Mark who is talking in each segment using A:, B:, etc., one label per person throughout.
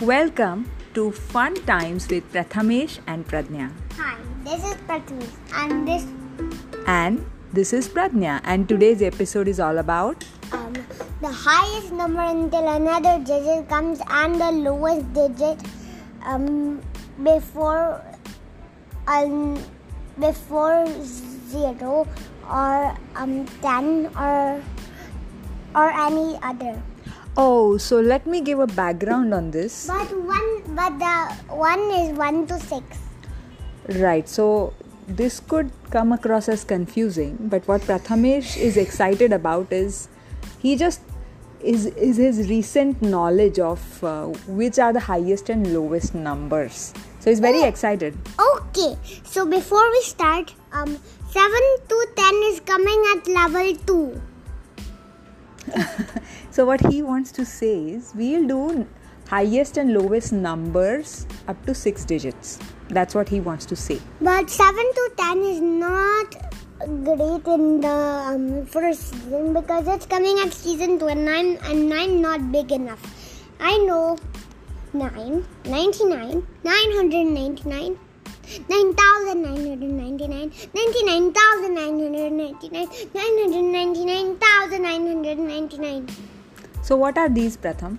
A: Welcome to Fun Times with Prathamesh and Pradnya.
B: Hi, this is Prathamesh and this
A: And this is Pradnya, and today's episode is all about
B: um the highest number until another digit comes and the lowest digit um before um before zero or um ten or or any other.
A: Oh, so let me give a background on this.
B: But one but the one is one to six.
A: Right, so this could come across as confusing, but what Prathamesh is excited about is he just is, is his recent knowledge of uh, which are the highest and lowest numbers. So he's very excited.
B: Okay, so before we start, um, 7 to 10 is coming at level 2.
A: So what he wants to say is we'll do highest and lowest numbers up to 6 digits. That's what he wants to say.
B: But 7 to 10 is not great in the um, first season because it's coming at season 2 and 9 and 9 not big enough. I know 9, 99, 999. 9999 99999 99999
A: So what are these Pratham?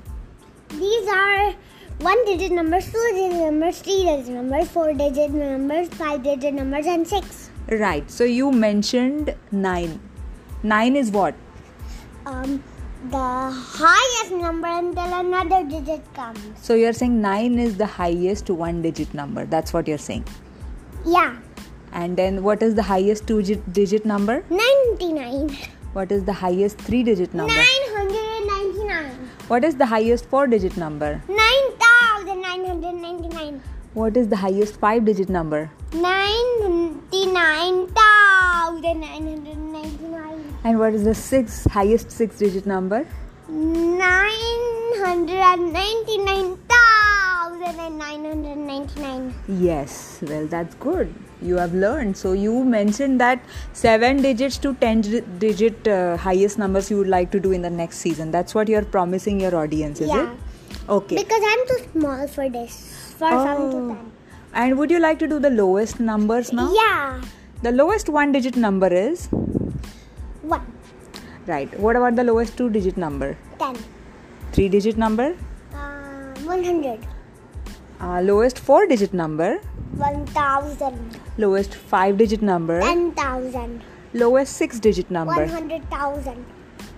B: These are one digit numbers, two digit numbers, three digit numbers, four digit numbers, five digit numbers, and six.
A: Right. So you mentioned 9. 9 is what?
B: Um, the highest number until another digit comes.
A: So you're saying 9 is the highest one digit number. That's what you're saying.
B: Yeah,
A: And then what is the highest two digit, digit number?
B: 99.
A: What is the highest three digit number?
B: 999.
A: What is the highest four digit number?
B: 9,999.
A: What is the highest five digit number?
B: 99,999.
A: And what is the six highest six digit number?
B: 999,999.
A: Yes, well, that's good. You have learned. So, you mentioned that seven digits to ten di- digit uh, highest numbers you would like to do in the next season. That's what you're promising your audience, is
B: Yeah.
A: it? Okay.
B: Because I'm too small for this. For seven
A: Oh.
B: to ten.
A: And would you like to do the lowest numbers now?
B: Yeah.
A: The lowest one digit number is.
B: One.
A: Right. What about the lowest two digit number?
B: Ten.
A: Three digit number?
B: Uh, one hundred.
A: Uh, lowest four digit number?
B: One thousand.
A: Lowest five digit number?
B: Ten thousand.
A: Lowest six digit
B: One
A: number?
B: hundred thousand.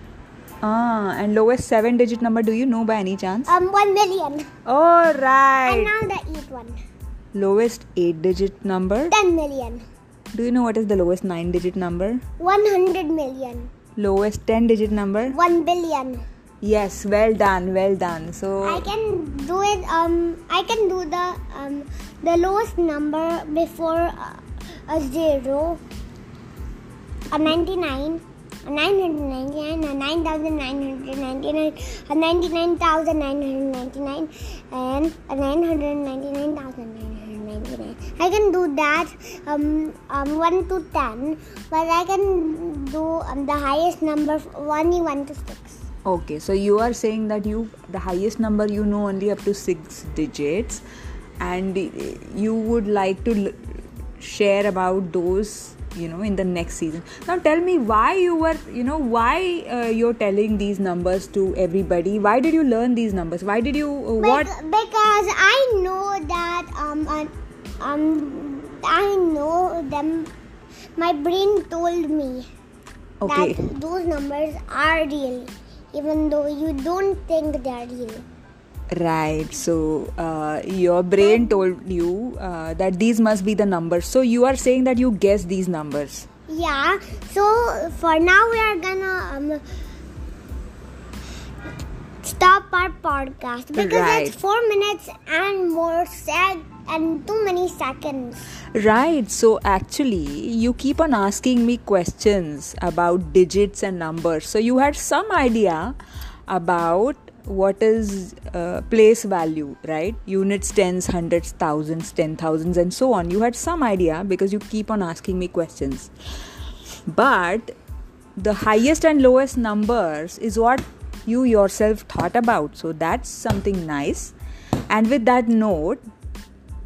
A: Ah, and lowest seven digit number, do you know by any chance?
B: Um, one million.
A: All
B: And
A: right.
B: now the eighth one.
A: Lowest 8 digit number.
B: Ten million.
A: Do you know what is the lowest 9 digit number?
B: One hundred million.
A: Lowest 10 digit number?
B: One billion.
A: Yes, well done, well done.
B: I
A: So,
B: can do it. Um, I can do the um the lowest number before uh, a zero, a ninety-nine, a nine hundred ninety-nine, a nine thousand nine hundred ninety-nine, a ninety-nine thousand nine hundred ninety-nine, and a nine hundred ninety-nine thousand nine hundred ninety-nine. I can do that um, um one to ten, but I can do um, the highest number only one to six.
A: okay, so you are saying that you the highest number you know only up to 6 digits and you would like to l- share about those you know in the next season now tell me why you were you know why uh, you're telling these numbers to everybody why did you learn these numbers why did you uh, what
B: Bec- Because I know that um uh, um I know them. My brain told me
A: okay
B: that those numbers are real, even though you don't think they are real.
A: Right. So uh, your brain told you uh, that these must be the numbers. So you are saying that you guess these numbers.
B: Yeah. So for now we are gonna um stop our podcast because
A: Right.
B: it's four minutes and more sec and too many seconds.
A: Right. So actually, you keep on asking me questions about digits and numbers. So you had some idea about what is uh, place value, right? Units, tens, hundreds, thousands, ten thousands, and so on. You had some idea because you keep on asking me questions. but the highest and lowest numbers is what you yourself thought about so that's something nice And with that note,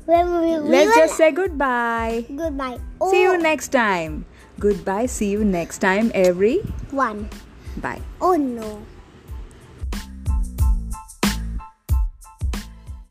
B: When we, we
A: let's
B: will-
A: just say goodbye.
B: goodbye.
A: See you
B: Oh,
A: next time. Goodbye. See you next time, every.
B: one.
A: Bye.
B: Oh no.